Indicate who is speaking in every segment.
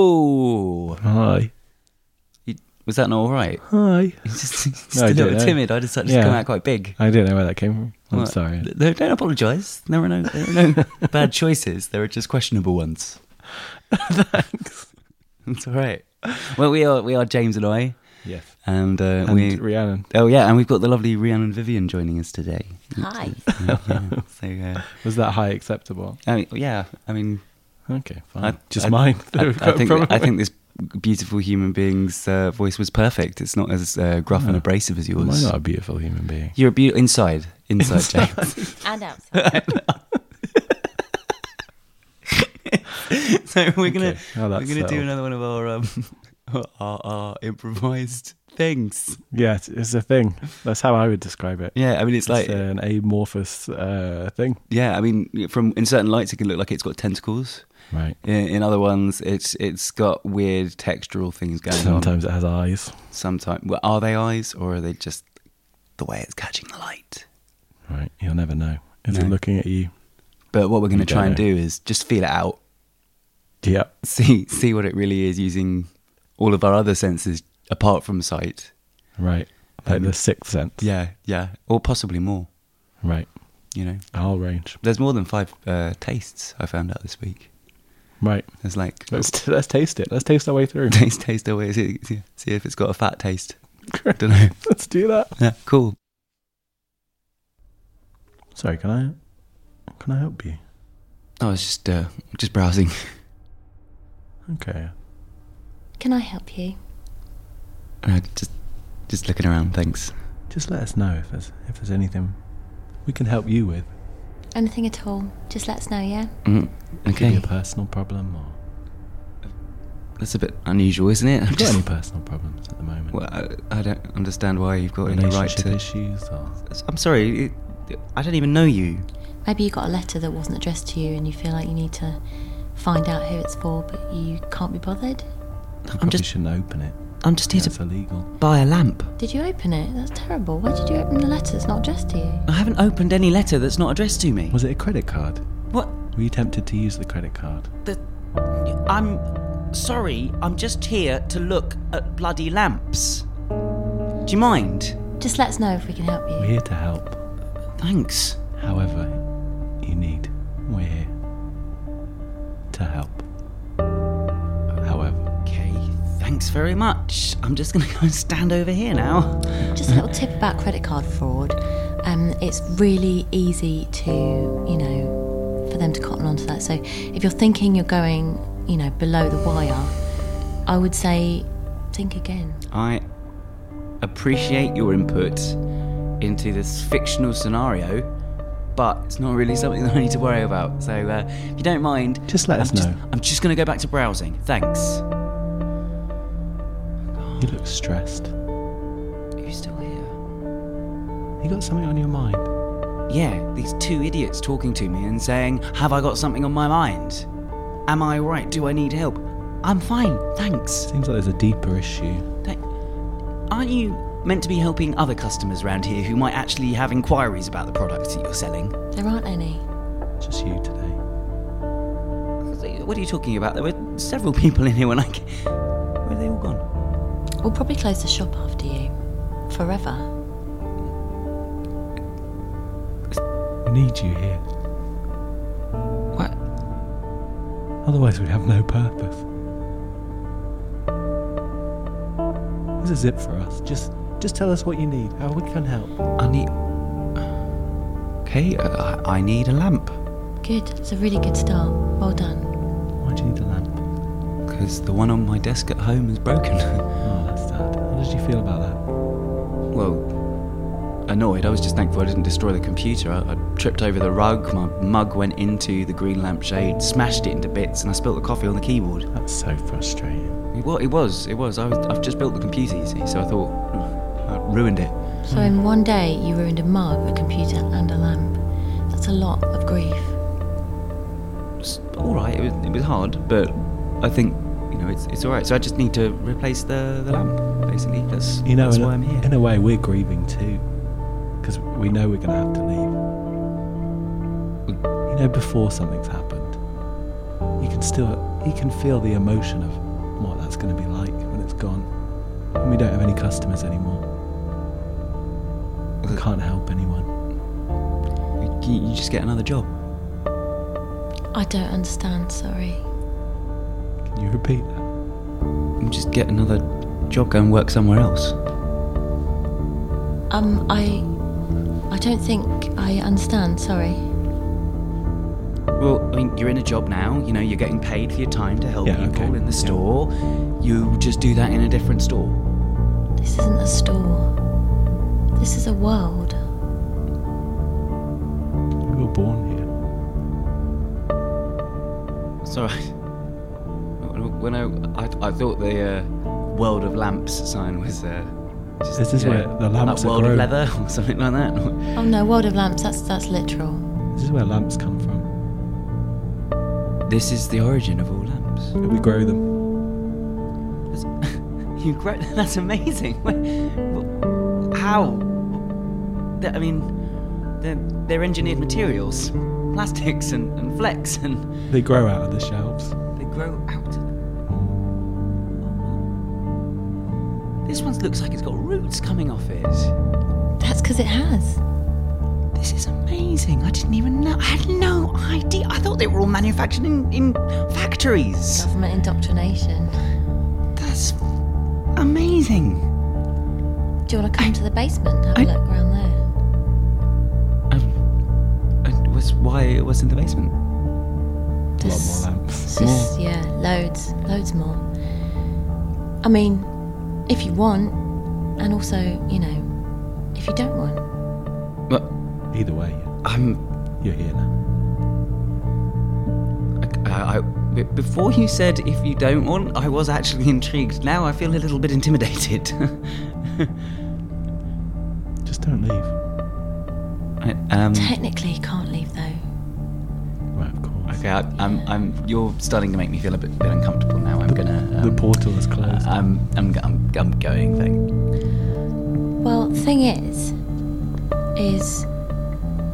Speaker 1: Hello.
Speaker 2: Hi.
Speaker 1: Was that not all right?
Speaker 2: Hi.
Speaker 1: It's just, just
Speaker 2: No, I
Speaker 1: a little
Speaker 2: don't know.
Speaker 1: timid. I decided
Speaker 2: Yeah.
Speaker 1: to come out quite big.
Speaker 2: I don't know where that came from. I'm
Speaker 1: Well,
Speaker 2: sorry.
Speaker 1: th- th- don't apologise. There were no, there were no bad choices. There were just questionable ones. Thanks. It's all right. Well, we are we are James and I,
Speaker 2: Yes.
Speaker 1: and, uh,
Speaker 2: And
Speaker 1: we.
Speaker 2: Rhiannon.
Speaker 1: Oh yeah, and we've got the lovely Rhiannon Vivian joining us today.
Speaker 3: Hi.
Speaker 1: Yeah, yeah. So uh,
Speaker 2: Was that high acceptable?
Speaker 1: I mean, yeah, I mean,
Speaker 2: Okay, fine.
Speaker 1: I-
Speaker 2: Just
Speaker 1: I-
Speaker 2: mine. that
Speaker 1: I,
Speaker 2: we've
Speaker 1: I
Speaker 2: got a
Speaker 1: think
Speaker 2: problem
Speaker 1: I think
Speaker 2: with.
Speaker 1: this beautiful human being's uh, voice was perfect. It's not as uh, gruff and
Speaker 2: Oh.
Speaker 1: abrasive as
Speaker 2: Am I
Speaker 1: yours.
Speaker 2: not a beautiful human being?
Speaker 1: You're a beautiful inside, inside, James.
Speaker 3: And outside.
Speaker 1: so we're gonna
Speaker 2: Okay,
Speaker 1: we're
Speaker 2: now
Speaker 1: gonna
Speaker 2: that's
Speaker 1: do
Speaker 2: settled.
Speaker 1: another one of our um our, our improvised things.
Speaker 2: Yeah, it's, it's a thing. That's how I would describe it.
Speaker 1: Yeah, I mean it's like
Speaker 2: it's an amorphous uh, thing.
Speaker 1: yeah, I mean from in certain lights it can look like it's got tentacles.
Speaker 2: Right.
Speaker 1: In, in other ones, it's it's got weird textural things going on.
Speaker 2: Sometimes it has eyes.
Speaker 1: Sometimes, well, are they eyes or are they just the way it's catching the light?
Speaker 2: Right. You'll never know. Is
Speaker 1: No.
Speaker 2: it looking at you?
Speaker 1: But what we're going to
Speaker 2: You
Speaker 1: try and
Speaker 2: don't know.
Speaker 1: do is just feel it out,
Speaker 2: Yep.
Speaker 1: see see what it really is using all of our other senses apart from sight.
Speaker 2: Right. Like
Speaker 1: Um,
Speaker 2: the sixth sense.
Speaker 1: Yeah, yeah, or possibly more.
Speaker 2: Right.
Speaker 1: You know,
Speaker 2: A whole range.
Speaker 1: There's more than five uh, tastes I found out this week.
Speaker 2: Right.
Speaker 1: There's like
Speaker 2: Let's let's taste it. Let's taste our way through.
Speaker 1: taste, taste oh, away. See, see, see if it's got a fat taste. Don't know.
Speaker 2: let's do that.
Speaker 1: Yeah, cool.
Speaker 2: Sorry. Can I? Can I help you?
Speaker 1: I was just uh, just browsing.
Speaker 2: Okay.
Speaker 3: Can I help you?
Speaker 1: Uh, just just looking around. Thanks.
Speaker 2: Just let us know if there's if there's anything we can help you with.
Speaker 3: Anything at all? Just let us know, yeah?
Speaker 1: Mm,
Speaker 2: Could be
Speaker 1: okay,
Speaker 2: a personal problem or
Speaker 1: that's a bit unusual, isn't it? I'm
Speaker 2: I've got any personal problems at the moment.
Speaker 1: well, I, I don't understand why you've got any right
Speaker 2: Relationship
Speaker 1: to.
Speaker 2: issues or
Speaker 1: I'm sorry. It, I don't even know you.
Speaker 3: Maybe you got a letter that wasn't addressed to you and you feel like you need to find out who it's for, but you can't be bothered.
Speaker 2: you
Speaker 1: I'm
Speaker 2: probably
Speaker 1: just
Speaker 2: shouldn't open it.
Speaker 1: I'm just here
Speaker 2: Yeah, it's
Speaker 1: to
Speaker 2: illegal.
Speaker 1: buy a lamp.
Speaker 3: Did you open it? That's terrible. Why did you open the letter? It's not addressed to you.
Speaker 1: I haven't opened any letter that's not addressed to me.
Speaker 2: Was it a credit card?
Speaker 1: What?
Speaker 2: Were you tempted to use the credit card?
Speaker 4: The, I'm sorry, I'm just here to look at bloody lamps.
Speaker 1: Do you mind?
Speaker 3: Just let us know if we can help
Speaker 2: We're
Speaker 3: you.
Speaker 2: here to help.
Speaker 1: Thanks.
Speaker 2: However you need, we're here to help. However.
Speaker 1: Okay, thanks very much. I'm just gonna go and stand over here now.
Speaker 3: Just a little tip about credit card fraud. Um, it's really easy to, you know, for them to cotton onto that. So if you're thinking you're going, you know, below the wire, I would say think again.
Speaker 1: I appreciate your input into this fictional scenario, but it's not really something that I need to worry about. So, uh, if you don't mind,
Speaker 2: Just let
Speaker 1: I'm
Speaker 2: us
Speaker 1: just,
Speaker 2: know.
Speaker 1: I'm just gonna go back to browsing. Thanks.
Speaker 2: You look stressed.
Speaker 1: Are you still here?
Speaker 2: You got something on your mind?
Speaker 1: Yeah, these two idiots talking to me and saying, "Have I got something on my mind? Am I right? Do I need help? I'm fine, thanks."
Speaker 2: Seems like there's a deeper issue.
Speaker 1: Thank- Aren't you meant to be helping other customers around here who might actually have inquiries about the products that you're selling?
Speaker 3: There aren't any.
Speaker 2: Just you today.
Speaker 1: What are you talking about? There were several people in here when I. ca- Where are they all gone?
Speaker 3: We'll probably close the shop after you. Forever.
Speaker 2: We need you here.
Speaker 1: What?
Speaker 2: Otherwise, we'd have no purpose. This is it for us. Just, just tell us what you need, how we can help.
Speaker 1: I need. Okay, uh, I I need a lamp
Speaker 3: Good. It's a really good start. Well done.
Speaker 2: Why do you need a lamp?
Speaker 1: because the one on my desk at home is broken.
Speaker 2: Oh, that's sad. How did you feel about that?
Speaker 1: well, annoyed. I was just thankful I didn't destroy the computer. I, I tripped over the rug. My mug went into the green lampshade, smashed it into bits, and I spilt the coffee on the keyboard.
Speaker 2: That's so frustrating.
Speaker 1: It was. It was. It was. I was I've just built the computer, you see, so I thought "Oh, I ruined it.
Speaker 3: So in one day, you ruined a mug, a computer, and a lamp. That's a lot of grief.
Speaker 1: It's all right. It was, it was hard, but I think you know it's it's all right. So I just need to replace the, the lamp, basically. That's
Speaker 2: You know,
Speaker 1: that's
Speaker 2: in a,
Speaker 1: why I'm here.
Speaker 2: in a way, we're grieving too, because we know we're going to have to leave. You know, before something's happened, you can still, he can feel the emotion of what that's going to be like when it's gone. And we don't have any customers anymore. I can't help anyone.
Speaker 1: You, you just get another job.
Speaker 3: I don't understand, sorry.
Speaker 2: Can you repeat that?
Speaker 1: You just get another job, go and work somewhere else.
Speaker 3: Um, I. I don't think I understand, sorry.
Speaker 1: Well, I mean, you're in a job now. You know, you're getting paid for your time to help
Speaker 2: Yeah,
Speaker 1: people
Speaker 2: okay.
Speaker 1: in
Speaker 2: Yeah.
Speaker 1: the store. You just do that in a different store.
Speaker 3: This isn't a store. This is a world.
Speaker 2: We were born here.
Speaker 1: Sorry. When I, I, I thought the uh, world of lamps sign was. Uh, just,
Speaker 2: This is
Speaker 1: you
Speaker 2: where the lamps
Speaker 1: like world
Speaker 2: are
Speaker 1: of
Speaker 2: grown.
Speaker 1: leather or something like that.
Speaker 3: Oh no, world of lamps, that's, that's literal.
Speaker 2: This is where lamps come from.
Speaker 1: This is the origin of all lamps.
Speaker 2: We grow them.
Speaker 4: That's- you grow. That's amazing. Wh- wh- How? Th- I mean, they're, they're engineered materials, plastics and, and flex, and
Speaker 2: They grow out of the shelves.
Speaker 4: they grow out. of- This one looks like it's got roots coming off it.
Speaker 3: That's because it has.
Speaker 4: This is amazing. I didn't even know. I had no idea. I thought they were all manufactured in, in factories.
Speaker 3: Government indoctrination.
Speaker 4: That's amazing.
Speaker 3: Do you want to come to the basement and have a
Speaker 4: I-
Speaker 3: look around there?
Speaker 1: Um, uh, what's, why? What's in the basement?
Speaker 2: A lot
Speaker 3: There's-
Speaker 2: more lamps.
Speaker 3: It's just, yeah, loads, loads more. I mean, if you want, and also, you know, if you don't want.
Speaker 1: Well,
Speaker 2: Either way,
Speaker 1: I'm.
Speaker 2: you're here now.
Speaker 1: uh, I, I, I- before you said if you don't want, I was actually intrigued. Now I feel a little bit intimidated.
Speaker 2: Just don't leave.
Speaker 1: I, um,
Speaker 3: Technically, you can't leave though.
Speaker 2: Right, of course.
Speaker 1: okay, I, I'm, I'm. You're starting to make me feel a bit, bit uncomfortable now. I'm gonna.
Speaker 2: the
Speaker 1: um,
Speaker 2: portal is closed.
Speaker 1: I'm, I'm, I'm, I'm going. Thank
Speaker 3: Well, the thing is, is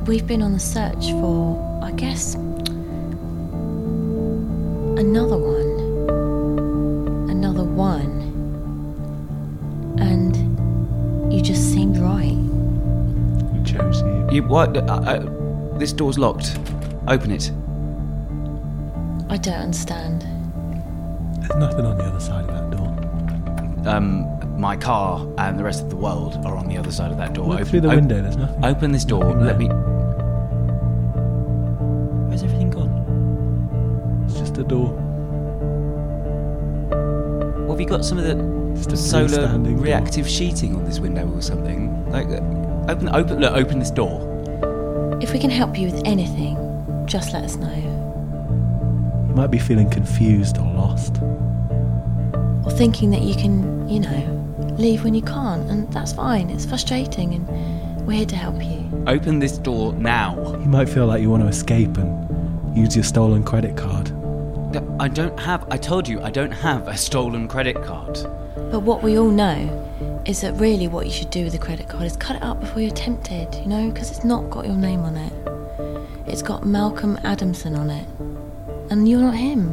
Speaker 3: we've been on the search for, I guess, another one, another one, and you just seemed right.
Speaker 1: uh,
Speaker 2: we chose you.
Speaker 1: You what? Uh, uh, this door's locked. Open it.
Speaker 3: I don't understand.
Speaker 2: There's nothing on the other side of that door.
Speaker 1: Um, my car and the rest of the world are on the other side of that door.
Speaker 2: Look
Speaker 1: open
Speaker 2: through the
Speaker 1: op-
Speaker 2: window. There's nothing.
Speaker 1: Open this door.
Speaker 2: Nothing
Speaker 1: Let me.
Speaker 2: there.
Speaker 4: Where's everything gone?
Speaker 2: It's just a door.
Speaker 4: Well, have you got some of the
Speaker 2: It's just a
Speaker 1: Solar
Speaker 2: freestanding door.
Speaker 1: reactive sheeting on this window or something. Like, uh, open, open, look, open this door.
Speaker 3: If we can help you with anything, just let us know.
Speaker 2: You might be feeling confused or lost.
Speaker 3: Or thinking that you can, you know, leave when you can't, and that's fine. It's frustrating, and we're here to help you.
Speaker 1: Open this door now.
Speaker 2: You might feel like you want to escape and use your stolen credit card.
Speaker 1: Th- I don't have. I told you, I don't have a stolen credit card.
Speaker 3: But what we all know is that really what you should do with a credit card is cut it up before you're tempted, you know, because it's not got your name on it. It's got Malcolm Adamson on it, and you're not him.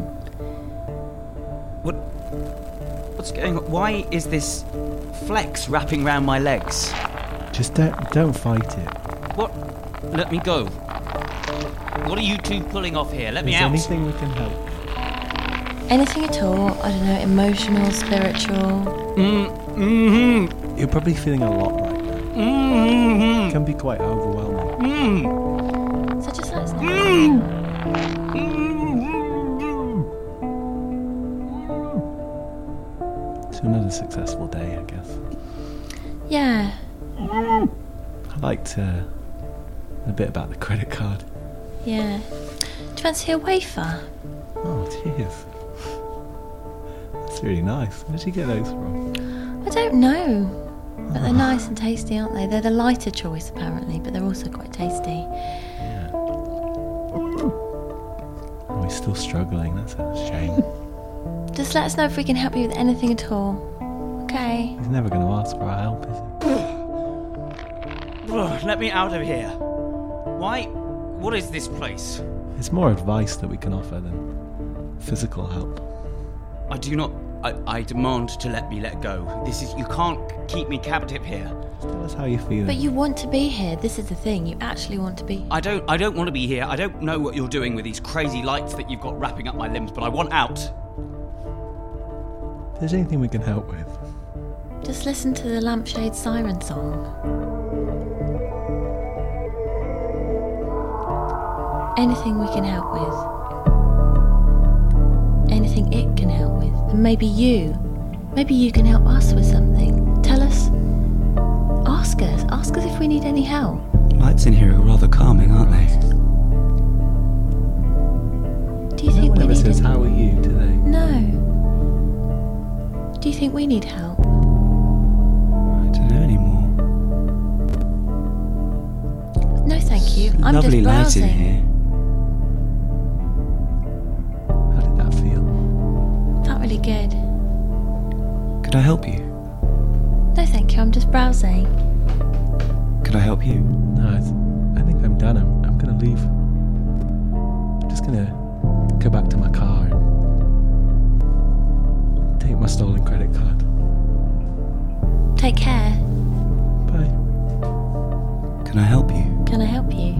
Speaker 4: what? What's going on? Why is this flex wrapping round my legs?
Speaker 2: Just don't, don't fight it.
Speaker 4: What? Let me go. What are you two pulling off here? Let
Speaker 2: Is
Speaker 4: me
Speaker 2: there
Speaker 4: out.
Speaker 2: anything we can help?
Speaker 3: Anything at all, I don't know, emotional, spiritual.
Speaker 4: Mm-hmm,
Speaker 2: You're probably feeling a lot right now. It can be quite overwhelming.
Speaker 3: So just let us know.
Speaker 2: It's another successful day, I guess.
Speaker 3: Yeah,
Speaker 2: I liked uh, a bit about the credit card.
Speaker 3: yeah. Do you fancy a wafer?
Speaker 2: Oh, cheers. That's really nice. Where'd you get those from?
Speaker 3: I don't know. But they're nice and tasty, aren't they? They're the lighter choice, apparently, but they're also quite tasty.
Speaker 2: Oh, he's still struggling. That's a shame.
Speaker 3: Just let us know if we can help you with anything at all. Okay.
Speaker 2: he's never going to ask for our help, is he?
Speaker 4: Ugh, Let me out of here. Why? What is this place?
Speaker 2: It's more advice that we can offer than physical help.
Speaker 4: I do not. I, I demand to let me let go. This is. You can't keep me captive here.
Speaker 2: Tell us how you feel.
Speaker 3: But you want to be here. This is the thing. You actually want to be. Here.
Speaker 4: I don't. I don't want to be here. I don't know what you're doing with these crazy lights that you've got wrapping up my limbs, but I want out.
Speaker 2: If there's anything we can help with,
Speaker 3: Just listen to the lampshade siren song. Anything we can help with. Anything it can help with. And maybe you. Maybe you can help us with something. Tell us. Ask us. Ask us if we need any help.
Speaker 1: Lights in here are rather calming, aren't they?
Speaker 3: Do you think
Speaker 2: no
Speaker 3: we
Speaker 2: one ever
Speaker 3: need
Speaker 2: says,
Speaker 3: any-
Speaker 2: How are you today?
Speaker 3: No. Do you think we need help?
Speaker 1: I don't know anymore.
Speaker 3: No, thank you. I'm
Speaker 1: Lovely
Speaker 3: just
Speaker 1: light
Speaker 3: browsing.
Speaker 1: in here.
Speaker 2: How did that feel?
Speaker 3: Felt really good.
Speaker 1: Could I help you?
Speaker 3: No, thank you. I'm just browsing.
Speaker 1: Could I help you?
Speaker 2: No, it's, I think I'm done. I'm, I'm going to leave. I'm just going to go back to my car and take my stolen credit card.
Speaker 3: Take care.
Speaker 2: Bye.
Speaker 1: Can I help you?
Speaker 3: Can I help you?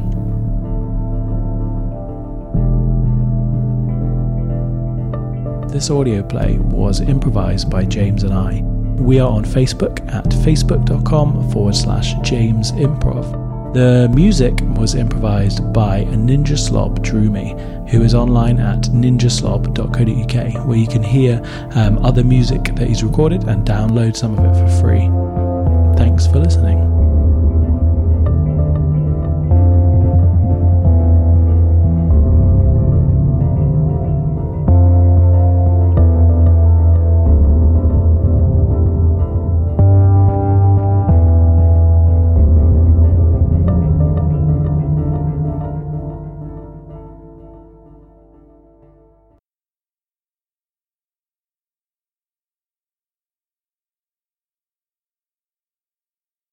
Speaker 2: This audio play was improvised by James and I. We are on Facebook at facebook.com forward slash James Improv. The music was improvised by Ninja Slob Droomy, who is online at ninjaslob.co.uk, where you can hear um, other music that he's recorded and download some of it for free. Thanks for listening.